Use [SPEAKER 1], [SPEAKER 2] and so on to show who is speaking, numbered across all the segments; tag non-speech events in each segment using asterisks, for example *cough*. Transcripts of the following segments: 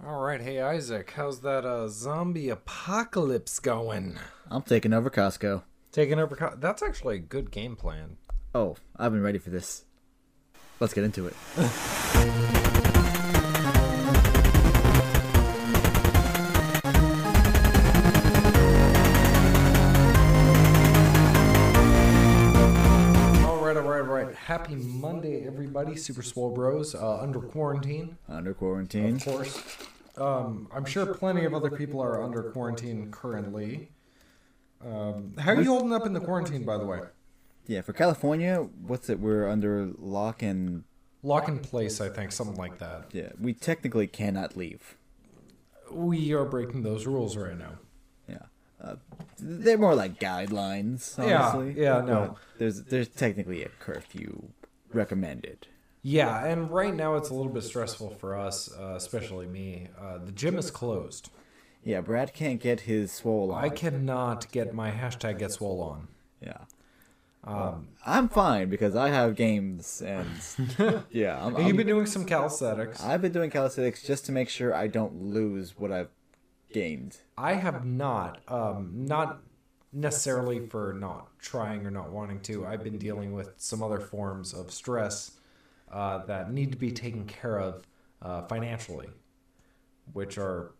[SPEAKER 1] right, hey Isaac, how's that uh, zombie apocalypse going?
[SPEAKER 2] I'm taking over Costco.
[SPEAKER 1] Taking over. Co- That's actually a good game plan.
[SPEAKER 2] Oh, I've been ready for this. Let's get into it.
[SPEAKER 1] All right, all right, all right. Happy Monday, everybody. Super Swole Bros uh, under quarantine.
[SPEAKER 2] Under quarantine.
[SPEAKER 1] Of course. Um, I'm sure plenty of other people are under quarantine currently. Um, how are you holding up in the quarantine, by the way?
[SPEAKER 2] Yeah, for California, what's it? We're under lock and
[SPEAKER 1] Lock in place, I think, something like that.
[SPEAKER 2] yeah, we technically cannot leave.
[SPEAKER 1] We are breaking those rules right now.
[SPEAKER 2] Yeah. Uh, they're more like guidelines,
[SPEAKER 1] Yeah,
[SPEAKER 2] honestly.
[SPEAKER 1] yeah, no.
[SPEAKER 2] But There's there's technically a curfew recommended.
[SPEAKER 1] Yeah, and right now it's a little bit stressful for us, uh, especially me. Uh, the gym is closed.
[SPEAKER 2] Yeah, Brad can't get his swole on.
[SPEAKER 1] I cannot get my hashtag get swole on.
[SPEAKER 2] Yeah. Um, I'm fine because I have
[SPEAKER 1] *laughs*
[SPEAKER 2] games and yeah, I'm,
[SPEAKER 1] And You've
[SPEAKER 2] I'm,
[SPEAKER 1] been doing some calisthenics.
[SPEAKER 2] I've been doing calisthenics just to make sure I don't lose what I've gained.
[SPEAKER 1] I have not, um, not necessarily for not trying or not wanting to. I've been dealing with some other forms of stress uh, that need to be taken care of uh, financially, which are,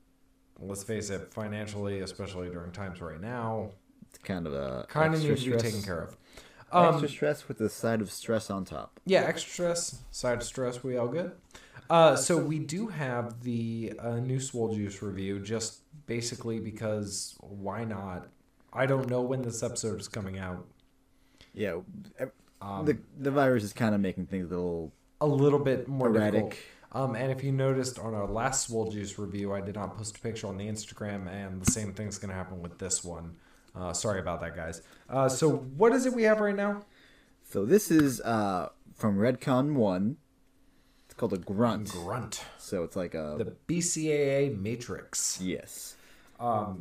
[SPEAKER 1] let's face it, financially, especially during times right now,
[SPEAKER 2] It's kind of a
[SPEAKER 1] kind of
[SPEAKER 2] extra
[SPEAKER 1] need to be
[SPEAKER 2] stress-
[SPEAKER 1] taken care of. Um,
[SPEAKER 2] extra stress with the side of stress on top.
[SPEAKER 1] Yeah, extra stress, side stress, we all good. Uh, so we do have the uh, new Swole Juice review, just basically because why not? I don't know when this episode is coming out.
[SPEAKER 2] Yeah, ev-
[SPEAKER 1] Um,
[SPEAKER 2] the the virus is kind of making things a little.
[SPEAKER 1] A little bit more
[SPEAKER 2] Erratic.
[SPEAKER 1] difficult. Um, and if you noticed on our last Swole Juice review, I did not post a picture on the Instagram, and the same thing's going to happen with this one. Uh, sorry about that, guys. Uh, so what is it we have right now?
[SPEAKER 2] So this is uh from Redcon One. It's called a grunt.
[SPEAKER 1] Grunt,
[SPEAKER 2] So it's like a
[SPEAKER 1] the BCAA Matrix.
[SPEAKER 2] yes
[SPEAKER 1] Uh,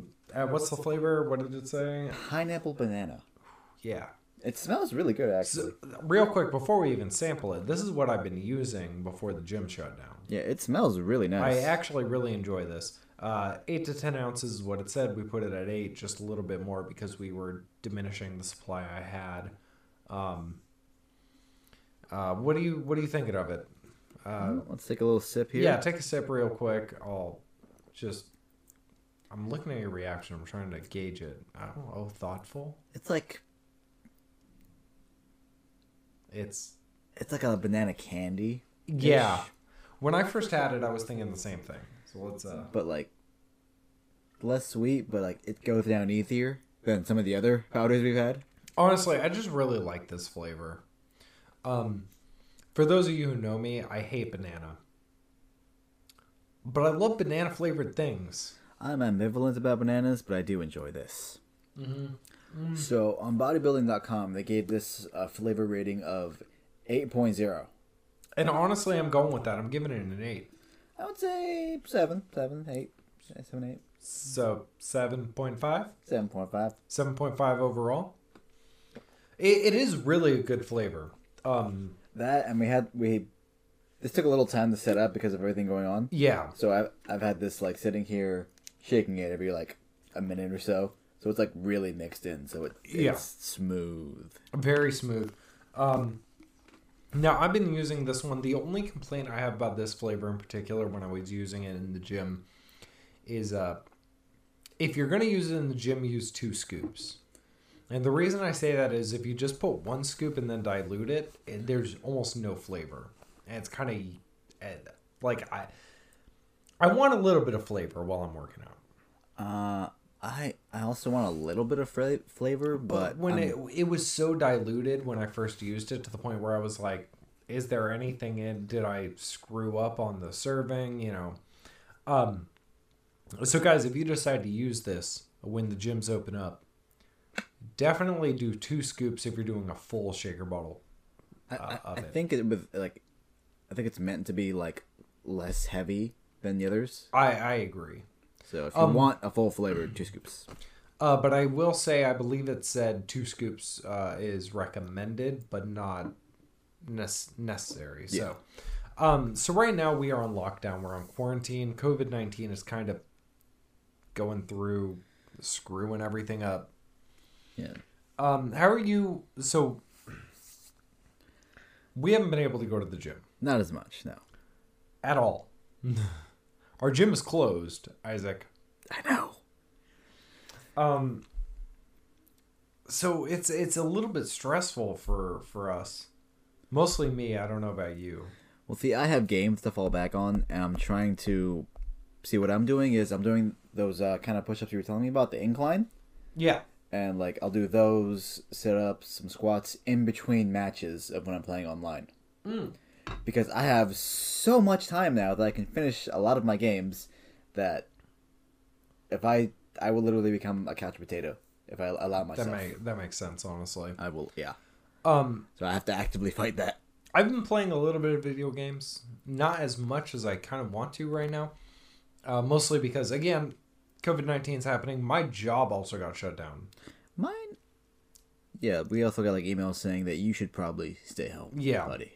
[SPEAKER 1] what's the flavor? What did it say?
[SPEAKER 2] pineapple banana.
[SPEAKER 1] Yeah.
[SPEAKER 2] It smells really good actually.
[SPEAKER 1] So, real quick, before we even sample it, this is what I've been using before the gym shut down.
[SPEAKER 2] yeah, it smells really
[SPEAKER 1] I
[SPEAKER 2] nice.
[SPEAKER 1] actually really enjoy this. Uh, eight to ten ounces is what it said. We put it at eight, just a little bit more because we were diminishing the supply I had. Um, uh, what do you What are you thinking of it? Uh,
[SPEAKER 2] Let's take a little sip here.
[SPEAKER 1] yeah, take a sip real quick. I'll just. I'm looking at your reaction. I'm trying to gauge it. I don't know. oh, Thoughtful.
[SPEAKER 2] it's like
[SPEAKER 1] It's
[SPEAKER 2] it's like a banana candy,
[SPEAKER 1] Yeah. When I first had it, I was thinking the same thing. So let's. Uh,
[SPEAKER 2] but like less sweet, but like it goes down easier than some of the other powders we've had.
[SPEAKER 1] honestly, I just really like this flavor. Um, for those of you who know me, I hate banana, but I love banana flavored things.
[SPEAKER 2] I'm ambivalent about bananas, but I do enjoy this. So on bodybuilding.com, they gave this a flavor rating of 8.0.
[SPEAKER 1] And honestly, I'm going with that. I'm giving it an eight.
[SPEAKER 2] I would say 7, 7, 8, 7, 8,
[SPEAKER 1] So 7.5,
[SPEAKER 2] 7.5.
[SPEAKER 1] 7.5 overall. It, it is really a good flavor. Um,
[SPEAKER 2] That, and we had, we, this took a little time to set up because of everything going on.
[SPEAKER 1] yeah.
[SPEAKER 2] So I've, I've had this like sitting here, shaking it every like a minute or so. So it's like really mixed in. So it, it's
[SPEAKER 1] Yeah.
[SPEAKER 2] smooth.
[SPEAKER 1] very smooth. Um, now I've been using this one. The only complaint I have about this flavor in particular, when I was using it in the gym, is uh, if you're gonna use it in the gym, use two scoops. And the reason I say that is if you just put one scoop and then dilute it, it there's almost no flavor, and it's kind of like I I want a little bit of flavor while I'm working out.
[SPEAKER 2] Uh, I, I also want a little bit of fra- flavor, but
[SPEAKER 1] when
[SPEAKER 2] I'm-
[SPEAKER 1] it it was so diluted when I first used it to the point where I was like, is there anything in did I screw up on the serving, you know? Um so guys, if you decide to use this when the gyms open up, definitely do two scoops if you're doing a full shaker bottle.
[SPEAKER 2] I,
[SPEAKER 1] uh,
[SPEAKER 2] I,
[SPEAKER 1] of
[SPEAKER 2] I
[SPEAKER 1] it.
[SPEAKER 2] think it with like, I think it's meant to be like less heavy than the others.
[SPEAKER 1] I I agree.
[SPEAKER 2] So if you
[SPEAKER 1] Um,
[SPEAKER 2] want a full flavor, two scoops.
[SPEAKER 1] Uh, but I will say I believe it said two scoops uh, is recommended, but not nes- necessary. So, Um, so right now we are on lockdown. We're on quarantine. COVID nineteen is kind of going through, screwing everything up.
[SPEAKER 2] Yeah.
[SPEAKER 1] Um, how are you? So we haven't been able to go to the gym
[SPEAKER 2] Not as much, no.
[SPEAKER 1] at all. Our gym is closed, Isaac.
[SPEAKER 2] I know.
[SPEAKER 1] Um, so it's it's a little bit stressful for for us, mostly me. I don't know about you.
[SPEAKER 2] Well, see, I have games to fall back on, and I'm trying to see what I'm doing is I'm doing those uh, kind of push-ups you were telling me about, the incline,
[SPEAKER 1] Yeah,
[SPEAKER 2] and like I'll do those sit-ups, some squats in between matches of when I'm playing online,
[SPEAKER 1] Hmm.
[SPEAKER 2] because I have so much time now that I can finish a lot of my games. That if I I will literally become a couch potato if I allow
[SPEAKER 1] that
[SPEAKER 2] myself.
[SPEAKER 1] may that makes sense, honestly.
[SPEAKER 2] I will, yeah.
[SPEAKER 1] Um,
[SPEAKER 2] So I have to actively fight that.
[SPEAKER 1] I've been playing a little bit of video games, not as much as I kind of want to right now, uh, mostly because again, COVID nineteen is happening. My job also got shut down.
[SPEAKER 2] Mine. Yeah, we also got like emails saying that you should probably stay home.
[SPEAKER 1] Yeah.
[SPEAKER 2] buddy.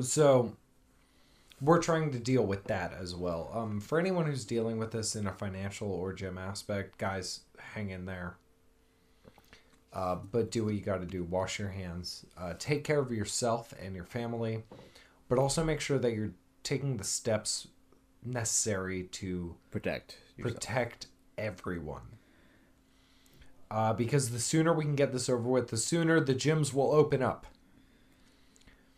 [SPEAKER 1] So we're trying to deal with that as well. Um, for anyone who's dealing with this in a financial or gym aspect, guys, hang in there. Uh, but do what you got to do. Wash your hands. Uh, take care of yourself and your family, but also make sure that you're taking the steps necessary to
[SPEAKER 2] Protect. yourself.
[SPEAKER 1] protect everyone. Uh, because the sooner we can get this over with, the sooner the gyms will open up.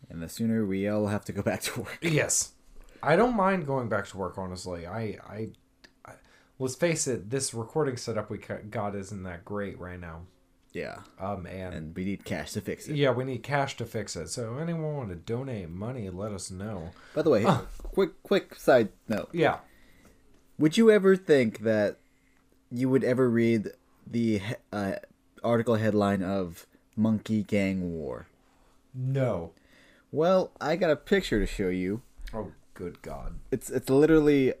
[SPEAKER 2] And the sooner we all have to go back to work. *laughs*
[SPEAKER 1] Yes, I don't mind going back to work. Honestly, I, I, I let's face it, this recording setup we ca- got isn't that great right now.
[SPEAKER 2] Yeah.
[SPEAKER 1] Um, and,
[SPEAKER 2] And we need cash to fix it.
[SPEAKER 1] yeah, we need cash to fix it. So anyone want to donate money, let us know.
[SPEAKER 2] By the way, quick quick side note.
[SPEAKER 1] Yeah,
[SPEAKER 2] Would you ever think that you would ever read the he- uh, article headline of Monkey Gang War?
[SPEAKER 1] no.
[SPEAKER 2] Well, I got a picture to show you.
[SPEAKER 1] Oh, good God.
[SPEAKER 2] It's it's literally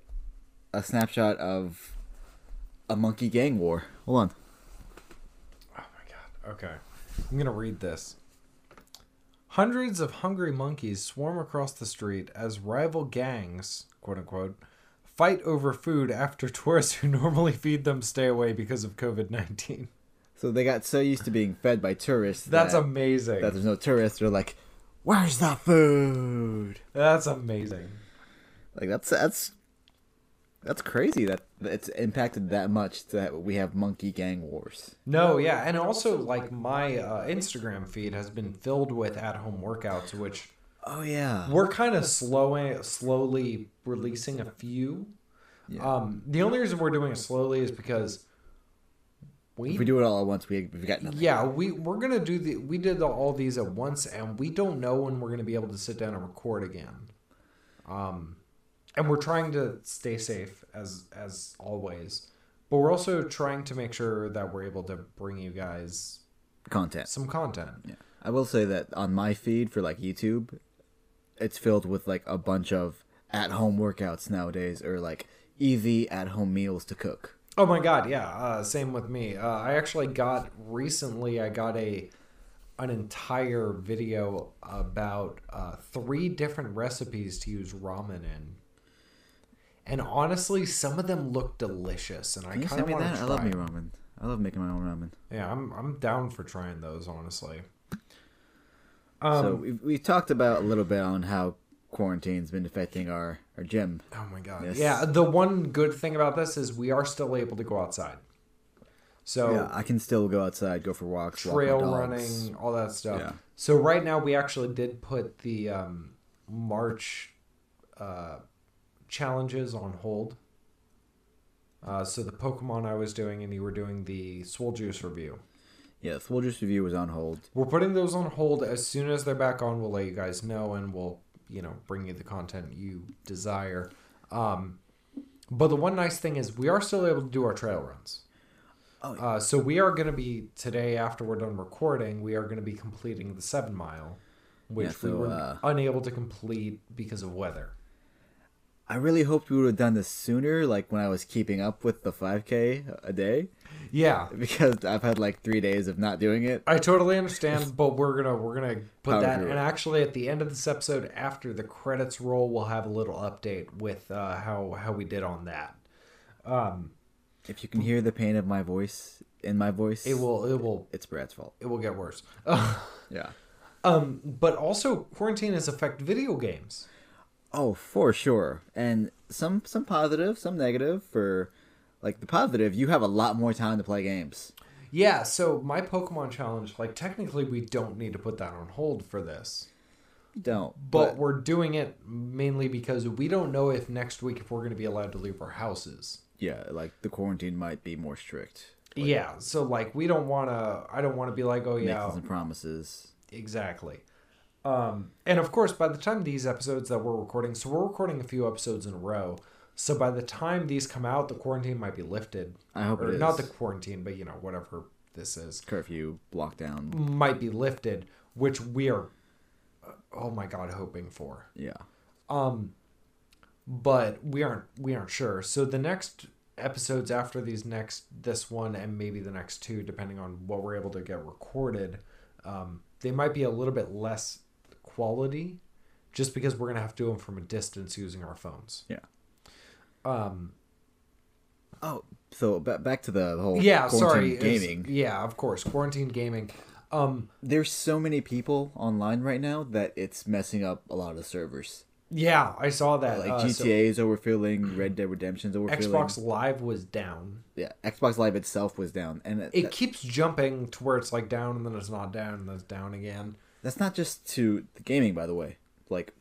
[SPEAKER 2] a snapshot of a monkey gang war. Hold on.
[SPEAKER 1] Oh my god. Okay. I'm gonna read this. Hundreds of hungry monkeys swarm across the street as rival gangs, quote unquote, fight over food after *laughs* tourists who normally feed them stay away because of COVID nineteen. *laughs*
[SPEAKER 2] So they got so used to being fed by tourists.
[SPEAKER 1] That's
[SPEAKER 2] that,
[SPEAKER 1] amazing.
[SPEAKER 2] that there's no tourists. They're like, "Where's the food?"
[SPEAKER 1] That's amazing.
[SPEAKER 2] Like that's that's that's crazy that that it's impacted that much that we have monkey gang wars.
[SPEAKER 1] No, yeah, and also like my uh, Instagram feed has been filled with at-home workouts, which
[SPEAKER 2] Oh yeah.
[SPEAKER 1] we're kind of slowing, slowly releasing a few.
[SPEAKER 2] Yeah.
[SPEAKER 1] Um, the only reason we're doing it slowly is because we,
[SPEAKER 2] If we do it all at once, we we've got nothing.
[SPEAKER 1] yeah, we we're gonna do the we did all these at once, and we don't know when we're gonna be able to sit down and record again. Um, and we're trying to stay safe as as always, but we're also trying to make sure that we're able to bring you guys
[SPEAKER 2] Content.
[SPEAKER 1] some content.
[SPEAKER 2] Yeah. I will say that on my feed for like YouTube, it's filled with like a bunch of at home workouts nowadays or like easy at home meals to cook.
[SPEAKER 1] Oh my god, yeah. Uh, same with me. Uh, I actually got recently. I got a an entire video about uh, three different recipes to use ramen in, and honestly, some of them look delicious, and I
[SPEAKER 2] Can you
[SPEAKER 1] kind
[SPEAKER 2] send
[SPEAKER 1] of
[SPEAKER 2] me
[SPEAKER 1] want
[SPEAKER 2] that?
[SPEAKER 1] to
[SPEAKER 2] I love
[SPEAKER 1] try.
[SPEAKER 2] me
[SPEAKER 1] it.
[SPEAKER 2] ramen. I love making my own ramen.
[SPEAKER 1] Yeah, I'm I'm down for trying those. Honestly,
[SPEAKER 2] so
[SPEAKER 1] Um,
[SPEAKER 2] we've, we've talked about a little bit on how quarantine's been affecting our, our gym.
[SPEAKER 1] Oh my god.
[SPEAKER 2] Yes.
[SPEAKER 1] Yeah, the one good thing about this is we are still able to go outside. So
[SPEAKER 2] yeah, I can still go outside, go for walks, walk my
[SPEAKER 1] Oh. trail
[SPEAKER 2] dogs.
[SPEAKER 1] running, all that stuff.
[SPEAKER 2] Yeah.
[SPEAKER 1] So right now we actually did put the um, March uh, challenges on hold. Uh, so the Pokemon I was doing, and you were doing the Swole Juice review.
[SPEAKER 2] Yeah, Folgers review was on hold.
[SPEAKER 1] We're putting those on hold. As soon as they're back on, we'll let you guys know, and we'll you know bring you the content you desire. Um, but the one nice thing is we are still able to do our trail runs.
[SPEAKER 2] Oh, yeah.
[SPEAKER 1] Uh, so we are going to be today after we're done recording, we are going to be completing the seven mile, which
[SPEAKER 2] Yeah,
[SPEAKER 1] we
[SPEAKER 2] so,
[SPEAKER 1] were
[SPEAKER 2] uh,
[SPEAKER 1] unable to complete because of weather.
[SPEAKER 2] I really hoped we would have done this sooner, like when I was keeping up with the 5K a day, *laughs*
[SPEAKER 1] Yeah,
[SPEAKER 2] because I've had like three days of not doing it.
[SPEAKER 1] I totally understand, but we're gonna we're gonna put
[SPEAKER 2] Power
[SPEAKER 1] that.
[SPEAKER 2] through it.
[SPEAKER 1] And actually, at the end of this episode, after the credits roll, we'll have a little update with uh, how how we did on that. Um,
[SPEAKER 2] If you can hear the pain of my voice in my voice,
[SPEAKER 1] it will it will
[SPEAKER 2] It's Brad's fault.
[SPEAKER 1] it will get worse.
[SPEAKER 2] Yeah.
[SPEAKER 1] um, but also, quarantine has affected video games.
[SPEAKER 2] Oh, for sure. And some some positive, some negative. For like the positive, you have a lot more time to play games.
[SPEAKER 1] Yeah, so my Pokemon challenge, like technically, we don't need to put that on hold for this.
[SPEAKER 2] You don't.
[SPEAKER 1] but we're doing it mainly because we don't know if next week if we're going to be allowed to leave our houses.
[SPEAKER 2] yeah, like the quarantine might be more strict.
[SPEAKER 1] yeah, so like we don't want to I don't want to be like, "Oh
[SPEAKER 2] Making
[SPEAKER 1] yeah,
[SPEAKER 2] some promises.
[SPEAKER 1] exactly." Um and of course, by the time these episodes that we're recording, so we're recording a few episodes in a row. So by the time these come out, the quarantine might be lifted.
[SPEAKER 2] I hope
[SPEAKER 1] or
[SPEAKER 2] it is.
[SPEAKER 1] not the quarantine, but you know, whatever this is.
[SPEAKER 2] curfew lockdown.
[SPEAKER 1] Might be lifted, which we are uh, oh my god, hoping for.
[SPEAKER 2] Yeah.
[SPEAKER 1] but we aren't we aren't sure. So the next episodes after these next this one and maybe the next two, depending on what we're able to get recorded, um, they might be a little bit less quality, just because we're gonna have to do them from a distance using our phones.
[SPEAKER 2] Yeah.
[SPEAKER 1] Um.
[SPEAKER 2] Oh, so ba- back to the whole
[SPEAKER 1] Yeah.
[SPEAKER 2] quarantine
[SPEAKER 1] Sorry. it's-
[SPEAKER 2] gaming.
[SPEAKER 1] Yeah. Of course. Quarantine gaming. Um.
[SPEAKER 2] There's so many people online right now that it's messing up a lot of servers.
[SPEAKER 1] Yeah. I saw that.
[SPEAKER 2] Like
[SPEAKER 1] uh, so
[SPEAKER 2] GTA's overfilling, Red Dead Redemption's overfilling.
[SPEAKER 1] Xbox Live was down.
[SPEAKER 2] yeah, Xbox Live itself was down, and
[SPEAKER 1] It
[SPEAKER 2] that-
[SPEAKER 1] keeps jumping to where it's like down and then it's not down and then it's down again.
[SPEAKER 2] that's not just to the gaming, by the way. Like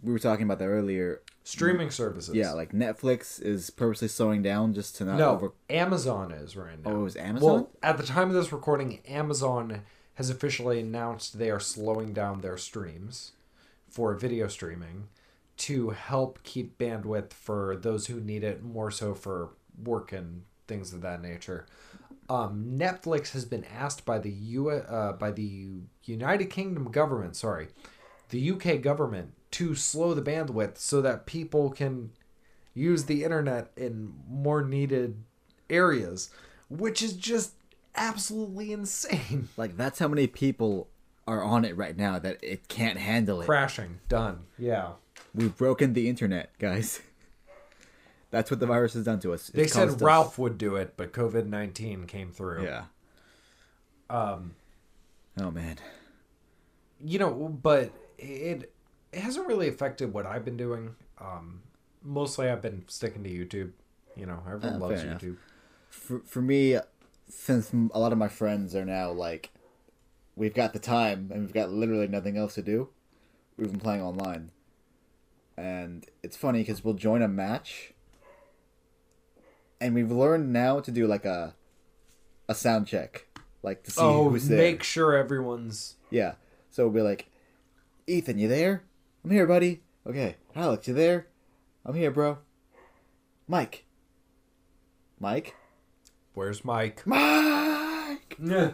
[SPEAKER 2] we were talking about that earlier.
[SPEAKER 1] Streaming services.
[SPEAKER 2] Mm. Yeah, like Netflix is purposely slowing down just to not
[SPEAKER 1] No,
[SPEAKER 2] over.
[SPEAKER 1] Amazon is right now.
[SPEAKER 2] Oh, it was Amazon.
[SPEAKER 1] well, at the time of this recording, Amazon has officially announced they are slowing down their streams for video streaming to help keep bandwidth for those who need it, more so for work and things of that nature. Um, Netflix has been asked by the U uh, by the United Kingdom government, sorry, the UK government to slow the bandwidth so that people can use the internet in more needed areas, which is just absolutely insane. *laughs*
[SPEAKER 2] like that's how many people are on it right now that it can't handle it.
[SPEAKER 1] Crashing. Done. Yeah.
[SPEAKER 2] We've broken the internet, guys. *laughs* That's what the virus has done to us.
[SPEAKER 1] They
[SPEAKER 2] It's caused
[SPEAKER 1] said
[SPEAKER 2] us-
[SPEAKER 1] Ralph would do it, but COVID 19 came through.
[SPEAKER 2] Yeah. Um. Oh man.
[SPEAKER 1] You know, but it, it hasn't really affected what I've been doing. Um, mostly I've been sticking to YouTube. You know, everyone
[SPEAKER 2] Uh,
[SPEAKER 1] loves
[SPEAKER 2] fair enough.
[SPEAKER 1] YouTube.
[SPEAKER 2] For for me, since m- a lot of my friends are now like, we've got the time and we've got literally nothing else to do, we've been playing online. And it's funny because we'll join a match. And we've learned now to do like a, a sound check, like to see
[SPEAKER 1] Oh,
[SPEAKER 2] who's there.
[SPEAKER 1] make sure everyone's.
[SPEAKER 2] Yeah. So we'll be like, Ethan, you there? I'm here, buddy. Okay. Alex, you there? I'm here, bro. Mike. Mike?
[SPEAKER 1] Where's Mike?
[SPEAKER 2] Mike!
[SPEAKER 1] Yeah.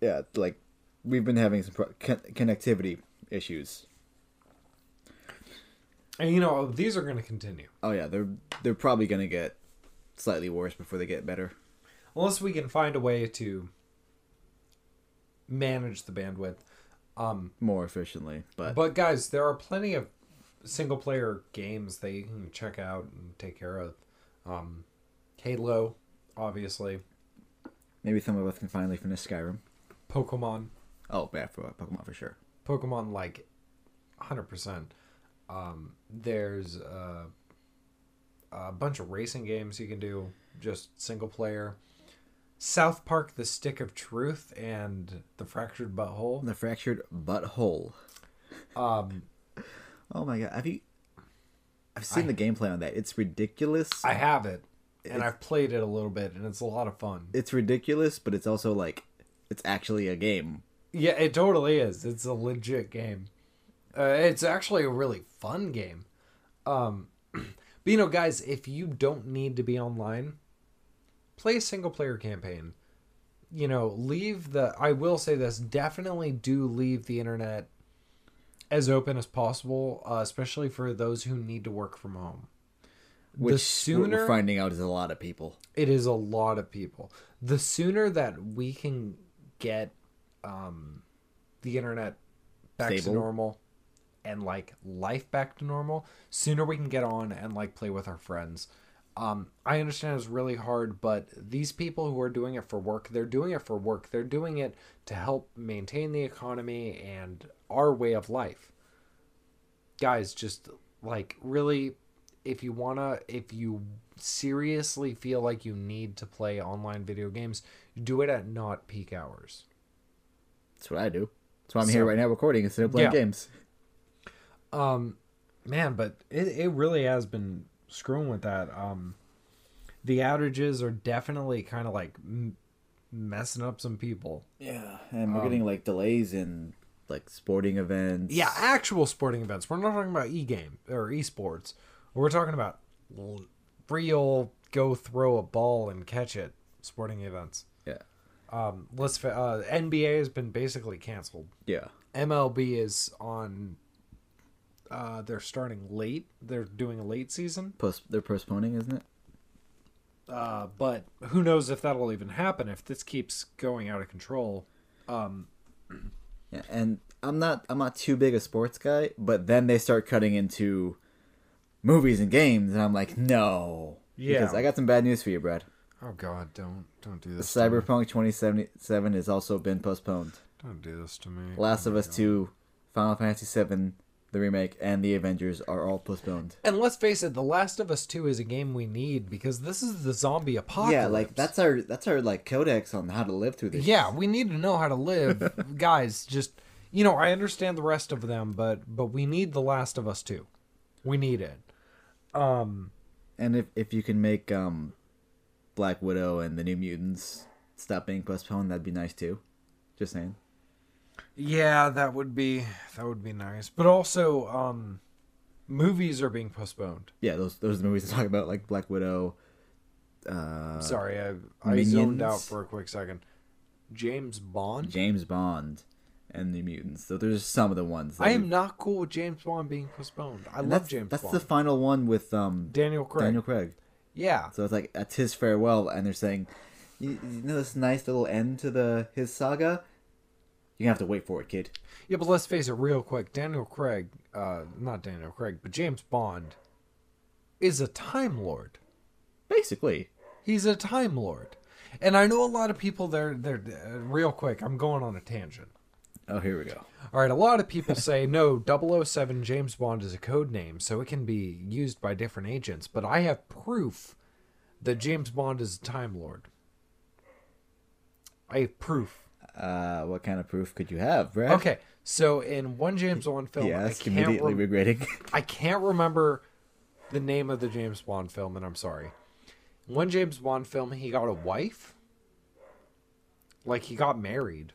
[SPEAKER 2] Yeah, like, we've been having some pro- con- connectivity issues.
[SPEAKER 1] And you know, these are going to continue.
[SPEAKER 2] Oh, yeah, they're, they're probably going to get slightly worse before they get better.
[SPEAKER 1] unless we can find a way to manage the bandwidth. Um,
[SPEAKER 2] More efficiently, but,
[SPEAKER 1] but guys, there are plenty of single player games that you can check out and take care of. Um, Halo, obviously,
[SPEAKER 2] maybe some of us can finally finish Skyrim.
[SPEAKER 1] Pokemon,
[SPEAKER 2] Oh, yeah, for Pokemon for sure.
[SPEAKER 1] Pokemon like 100%. Um, there's uh, a bunch of racing games you can do, just single player. South Park: The Stick of Truth and The Fractured Butthole.
[SPEAKER 2] The Fractured Butthole.
[SPEAKER 1] Um,
[SPEAKER 2] *laughs* Oh my god, have you. I've seen the gameplay on that. It's ridiculous.
[SPEAKER 1] I have it, and
[SPEAKER 2] It's-
[SPEAKER 1] I've played it a little bit, and it's a lot of fun.
[SPEAKER 2] it's ridiculous, but it's also like it's actually a game.
[SPEAKER 1] Yeah, it totally is. It's a legit game. Uh, it's actually a really fun game. Um, *clears throat* but you know, guys, if you don't need to be online, play a single player campaign. You know, leave the. I will say this: definitely do leave the internet as open as possible, uh, especially for those who need to work from home.
[SPEAKER 2] Which
[SPEAKER 1] the
[SPEAKER 2] we're
[SPEAKER 1] sooner
[SPEAKER 2] finding out is a lot of people.
[SPEAKER 1] it is a lot of people. The sooner that we can get um, the internet back
[SPEAKER 2] Stable.
[SPEAKER 1] to normal and like life back to normal, sooner we can get on and like play with our friends. Um, I understand it's really hard, but these people who are doing it for work, they're doing it for work. They're doing it to help maintain the economy and our way of life. Guys, just like really if you wanna if you seriously feel like you need to play online video games do it at not peak hours
[SPEAKER 2] That's what I do. That's why I'm here
[SPEAKER 1] So-
[SPEAKER 2] right now recording instead of playing
[SPEAKER 1] Yeah.
[SPEAKER 2] games.
[SPEAKER 1] um man but it, it really has been screwing with that um the outages are definitely kind of like m- messing up some people
[SPEAKER 2] Yeah, and
[SPEAKER 1] um,
[SPEAKER 2] we're getting like delays in like sporting events.
[SPEAKER 1] yeah actual sporting events we're not talking about e-game or esports we're talking about l- real go throw a ball and catch it sporting events
[SPEAKER 2] yeah,
[SPEAKER 1] um let's fa- uh, nba has been basically canceled
[SPEAKER 2] yeah.
[SPEAKER 1] MLB is on. Uh, they're starting late. They're doing a late season,
[SPEAKER 2] Post they're postponing, isn't it?
[SPEAKER 1] uh, but who knows if that'll even happen if this keeps going out of control.
[SPEAKER 2] Yeah, and I'm not I'm not too big a sports guy, but then they start cutting into movies and games, and I'm like, no.
[SPEAKER 1] Yeah.
[SPEAKER 2] Because I got some bad news for you, Brad.
[SPEAKER 1] Oh God, don't don't do this. To me.
[SPEAKER 2] Cyberpunk 2077 has also been postponed.
[SPEAKER 1] Don't do this to me.
[SPEAKER 2] Last of Us 2, Final Fantasy 7, the remake, and the Avengers are all postponed.
[SPEAKER 1] And let's face it, The Last of Us Two is a game we need because this is the zombie apocalypse.
[SPEAKER 2] Yeah, like that's our that's our like codex on how to live through this.
[SPEAKER 1] Yeah, we need to know how to
[SPEAKER 2] *laughs*
[SPEAKER 1] live, guys. Just you know, I understand the rest of them, but but we need The Last of Us Two. We need it.
[SPEAKER 2] And if if you can make um Black Widow and the New Mutants stop being postponed, that'd be nice too. Just saying.
[SPEAKER 1] Yeah, that would be that would be nice. But also, um movies are being postponed.
[SPEAKER 2] Yeah, those those are the movies I talk about, like Black Widow. Uh,
[SPEAKER 1] Sorry, I I zoned
[SPEAKER 2] Minions?
[SPEAKER 1] out for a quick second. James Bond.
[SPEAKER 2] James Bond and the Mutants. So there's some of the ones. that
[SPEAKER 1] I am
[SPEAKER 2] we-
[SPEAKER 1] not cool with James Bond being postponed. I
[SPEAKER 2] and
[SPEAKER 1] love
[SPEAKER 2] that's,
[SPEAKER 1] James
[SPEAKER 2] That's
[SPEAKER 1] Bond.
[SPEAKER 2] the final one with um
[SPEAKER 1] Daniel Craig.
[SPEAKER 2] Daniel Craig.
[SPEAKER 1] Yeah.
[SPEAKER 2] So it's like that's his farewell, and they're saying, you, you know, this nice little end to the his saga. You're gonna have to wait for it, kid.
[SPEAKER 1] Yeah, but let's face it real quick. Daniel Craig, uh not Daniel Craig, but James Bond is a time lord.
[SPEAKER 2] Basically,
[SPEAKER 1] He's a time lord. And I know a lot of people they're they're uh, real quick. I'm going on a tangent.
[SPEAKER 2] oh here we go.
[SPEAKER 1] All right, a lot of people say no, 007 James Bond is a code name, so it can be used by different agents, but I have proof that James Bond is a Time Lord. I have proof.
[SPEAKER 2] Uh, what kind of proof could you have, Brad?
[SPEAKER 1] Okay, so in one James Bond film,
[SPEAKER 2] Yeah,
[SPEAKER 1] I,
[SPEAKER 2] that's
[SPEAKER 1] can't
[SPEAKER 2] immediately
[SPEAKER 1] rem-
[SPEAKER 2] regretting. *laughs*
[SPEAKER 1] I can't remember the name of the James Bond film, and I'm sorry. One James Bond film, he got a wife. Like, he got married.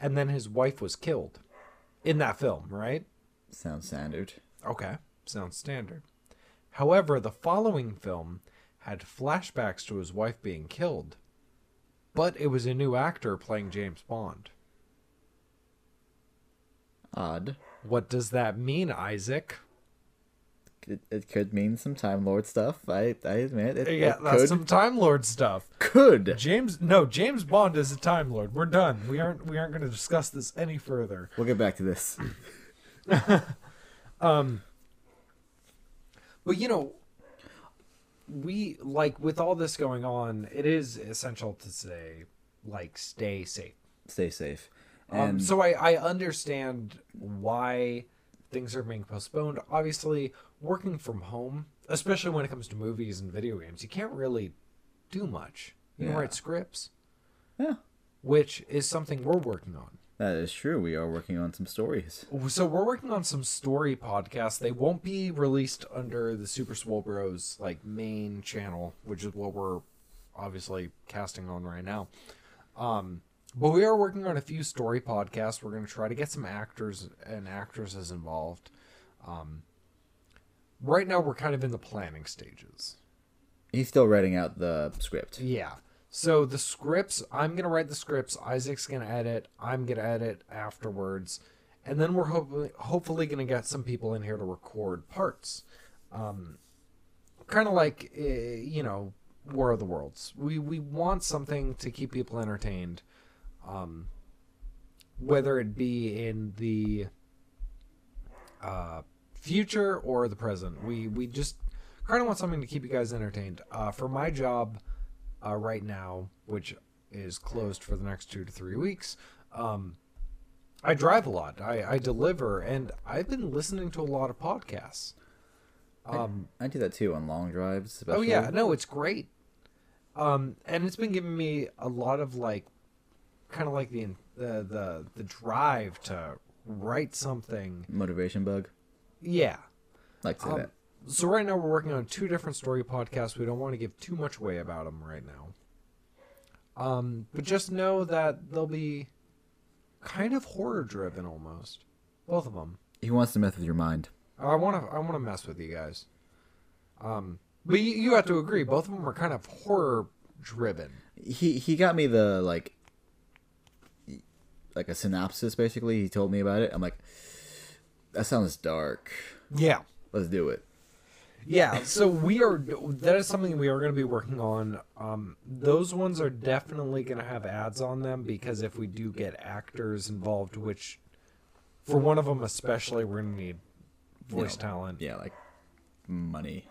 [SPEAKER 1] And then his wife was killed in that film, right?
[SPEAKER 2] Sounds standard.
[SPEAKER 1] Okay, sounds standard. However, the following film had flashbacks to his wife being killed, but it was a new actor playing James Bond.
[SPEAKER 2] Odd.
[SPEAKER 1] What does that mean, Isaac?
[SPEAKER 2] It, it could mean some Time Lord stuff. I I admit it.
[SPEAKER 1] Yeah,
[SPEAKER 2] it
[SPEAKER 1] that's
[SPEAKER 2] could.
[SPEAKER 1] some Time Lord stuff.
[SPEAKER 2] could.
[SPEAKER 1] James, no, James Bond is a Time Lord. We're done. We aren't. We aren't going to discuss this any further.
[SPEAKER 2] We'll get back to this.
[SPEAKER 1] But you know, we like with all this going on, it is essential to say, like, stay safe.
[SPEAKER 2] *clears throat* Stay safe.
[SPEAKER 1] Um,
[SPEAKER 2] And
[SPEAKER 1] so I, I understand why things are being postponed. Obviously, working from home, especially when it comes to movies and video games, you can't really do much. You can
[SPEAKER 2] Yeah.
[SPEAKER 1] write scripts,
[SPEAKER 2] yeah,
[SPEAKER 1] which is something we're working on.
[SPEAKER 2] that is true. We are working on some stories.
[SPEAKER 1] So we're working on some story podcasts. They won't be released under the Super Swole Bros like main channel, which is what we're obviously casting on right now. Um, but we are working on a few story podcasts. We're going to try to get some actors and actresses involved. Um, right now, we're kind of in the planning stages.
[SPEAKER 2] He's still writing out the script.
[SPEAKER 1] Yeah. So the scripts, I'm gonna write the scripts. Isaac's gonna edit. I'm gonna edit afterwards, and then we're hopefully hopefully going to get some people in here to record parts. Um, kind of like eh, you know War of the Worlds. We we want something to keep people entertained, um, whether it be in the uh, future or the present. We we just kind of want something to keep you guys entertained. Uh, for my job uh, right now, which is closed for the next two to three weeks, um, I drive a lot. I, I deliver, and I've been listening to a lot of podcasts. Um,
[SPEAKER 2] I do that too on long drives.
[SPEAKER 1] oh
[SPEAKER 2] Especially.
[SPEAKER 1] yeah, no, it's great. Um, and it's been giving me a lot of like, kind of like the the the the drive to write something.
[SPEAKER 2] Motivation bug.
[SPEAKER 1] Yeah.
[SPEAKER 2] Like to say
[SPEAKER 1] Um,
[SPEAKER 2] that.
[SPEAKER 1] So right now we're working on two different story podcasts. We don't want to give too much away about them right now. Um, but just know that they'll be kind of horror driven almost. Both of them.
[SPEAKER 2] He wants to mess with your mind.
[SPEAKER 1] I want to I want to mess with you guys. Um, but you, you have to agree both of them are kind of horror driven.
[SPEAKER 2] He he got me the like, like a synopsis basically. He told me about it. I'm like, that sounds dark.
[SPEAKER 1] Yeah.
[SPEAKER 2] Let's do it.
[SPEAKER 1] Yeah, so we are. That is something we are going to be working on. Um, those ones are definitely going to have ads on them because if we do get actors involved, which for one of them especially, we're going to need voice
[SPEAKER 2] Yeah.
[SPEAKER 1] talent.
[SPEAKER 2] Yeah, like money.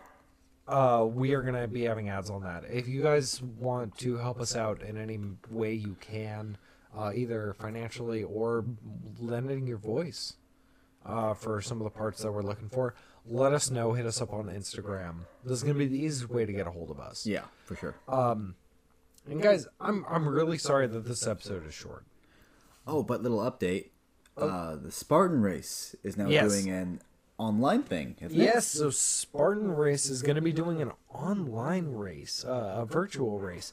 [SPEAKER 1] Uh, we are going to be having ads on that. If you guys want to help us out in any way you can, uh, either financially or lending your voice uh, for some of the parts that we're looking for, let us know. Hit us up on Instagram. This is going to be the easiest way to get a hold of us.
[SPEAKER 2] Yeah, for sure.
[SPEAKER 1] And guys, I'm I'm really sorry that this episode is short.
[SPEAKER 2] oh, but little update. Uh, the Spartan race is now
[SPEAKER 1] Oh. Yes.
[SPEAKER 2] doing an online thing. Isn't it?
[SPEAKER 1] Yes, so Spartan Race is going to be doing an online race, uh, a virtual race.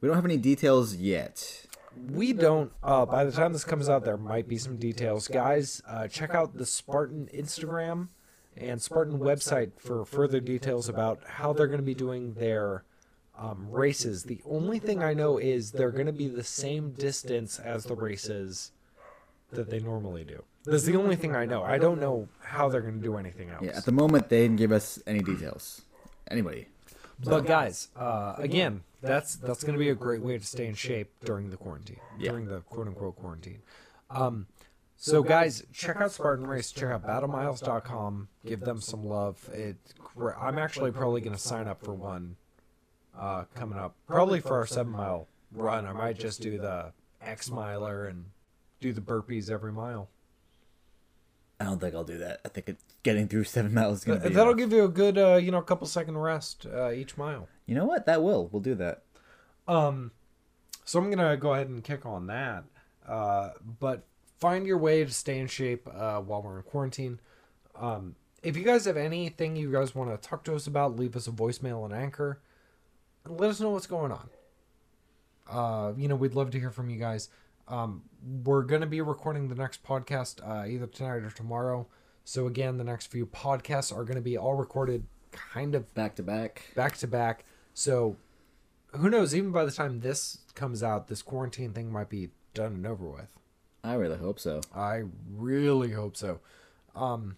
[SPEAKER 2] We don't have any details yet.
[SPEAKER 1] We don't. Uh, by the time this comes out, there might be some details, guys. Uh, check out the Spartan Instagram and Spartan website for further details about how they're going to be doing their um, races. The only thing I know is they're going to be the same distance as the races that they normally do. That's the only thing I know. I don't know how they're going to do anything else.
[SPEAKER 2] Yeah, at the moment they didn't give us any details. Anybody?
[SPEAKER 1] But guys, uh, again, that's that's going to be a great way to stay in shape during the quarantine,
[SPEAKER 2] Yeah.
[SPEAKER 1] during the quote unquote quarantine. Um, so guys, check out Spartan Race. Check out BattleMiles.com. Give them some love. It, gr- I'm actually probably going to sign up for one uh, coming up, probably for our seven mile run. I might just do the X miler and do the burpees every mile.
[SPEAKER 2] I don't think I'll do that. I think it, getting through seven *laughs* miles is gonna be.
[SPEAKER 1] That'll give you a good, uh, you know, couple second rest uh, each mile.
[SPEAKER 2] you know what? That will. We'll do that.
[SPEAKER 1] Um, so I'm gonna go ahead and kick on that. Uh, but find your way to stay in shape uh, while we're in quarantine. Um, if you guys have anything you guys want to talk to us about, leave us a voicemail on Anchor. And let us know what's going on. Uh, you know, we'd love to hear from you guys. Um, we're gonna be recording the next podcast uh, either tonight or tomorrow. So again, the next few podcasts are gonna be all recorded kind of
[SPEAKER 2] Back to back.
[SPEAKER 1] back to back. So who knows? Even by the time this comes out, this quarantine thing might be done and over with.
[SPEAKER 2] I really hope so.
[SPEAKER 1] I really hope so. Um,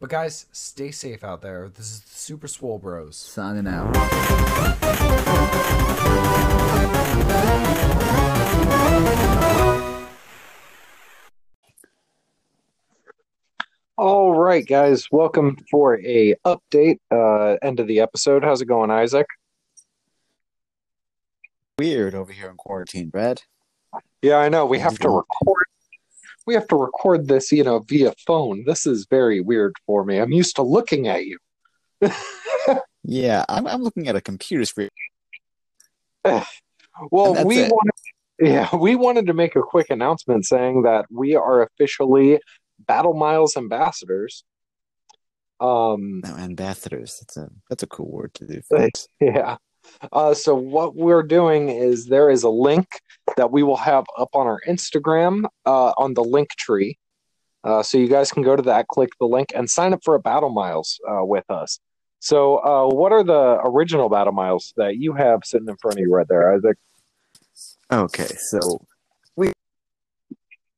[SPEAKER 1] but guys, stay safe out there. This is the Super Swole Bros.
[SPEAKER 2] Signing out.
[SPEAKER 1] All right, guys, welcome for a update. Uh, end of the episode. How's it going, Isaac?
[SPEAKER 2] Weird over here in quarantine, Brad.
[SPEAKER 1] Yeah, I know. We have to record. We have to record this, you know, via phone. This is very weird for me. I'm used to looking at you.
[SPEAKER 3] Yeah, I'm I'm looking at a computer screen.
[SPEAKER 1] Well,
[SPEAKER 3] And that's
[SPEAKER 1] we
[SPEAKER 3] it.
[SPEAKER 1] wanted, yeah, *laughs* we wanted to make a quick announcement saying that we are officially Battle Miles ambassadors. Um, *laughs*
[SPEAKER 3] No, ambassadors. That's a that's a cool word to do.
[SPEAKER 1] Hey.
[SPEAKER 3] folks.
[SPEAKER 1] yeah. Uh, so what we're doing is there is a link that we will have up on our Instagram uh, on the link tree. Uh, so you guys can go to that, click the link, and sign up for a Battle Miles uh, with us. So, uh, what are the original Battle Miles that you have sitting in front of you right there, Isaac?
[SPEAKER 3] Okay, so we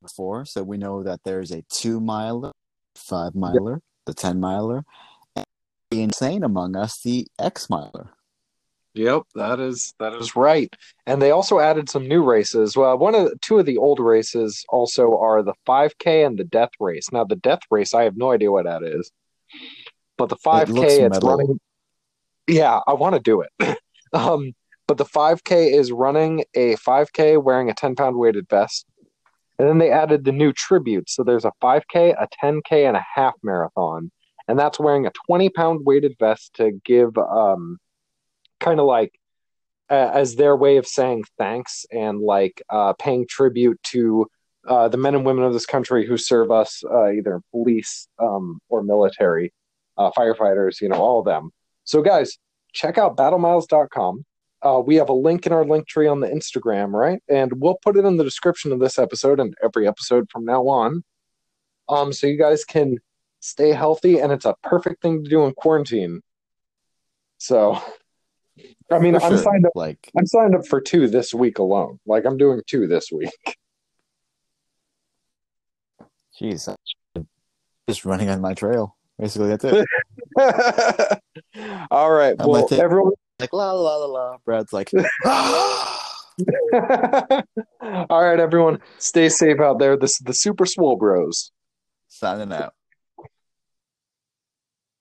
[SPEAKER 2] before, so we know that there's a two miler, five miler, the ten miler, and the insane among us, the X miler.
[SPEAKER 1] Yep, that is that is right. And they also added some new races. Well, one of the, two of the old races also are the 5K and the Death Race. Now, the Death Race, I have no idea what that is, but the 5K,
[SPEAKER 2] looks
[SPEAKER 1] it's
[SPEAKER 2] metal.
[SPEAKER 1] running. Yeah, I want to do it. *laughs* um, but the 5K is running a 5K wearing a 10 pound weighted vest. And then they added the new tribute. So there's a 5K, a 10K, and a half marathon, and that's wearing a 20 pound weighted vest to give. Um, kind of like uh, as their way of saying thanks and like uh, paying tribute to uh, the men and women of this country who serve us, uh, either in police um, or military, uh, firefighters, you know, all of them. So, guys, check out battlemiles.com. Uh, we have a link in our link tree on the Instagram, right? And we'll put it in the description of this episode and every episode from now on. Um, so you guys can stay healthy, and it's a perfect thing to do in quarantine. So, I mean,
[SPEAKER 2] For
[SPEAKER 1] I'm
[SPEAKER 2] sure.
[SPEAKER 1] signed up.
[SPEAKER 2] Like,
[SPEAKER 1] I'm signed up for two this week alone. Like I'm doing two this week. *laughs*
[SPEAKER 2] jeez, I'm just running on my trail. Basically, that's it.
[SPEAKER 1] All right.
[SPEAKER 2] I
[SPEAKER 1] well,
[SPEAKER 2] might take-
[SPEAKER 1] everyone. *laughs*
[SPEAKER 2] like la la la la. Brad's like, *gasps*
[SPEAKER 1] All right, everyone. Stay safe out there. This is the Super Swole Bros.
[SPEAKER 2] signing out.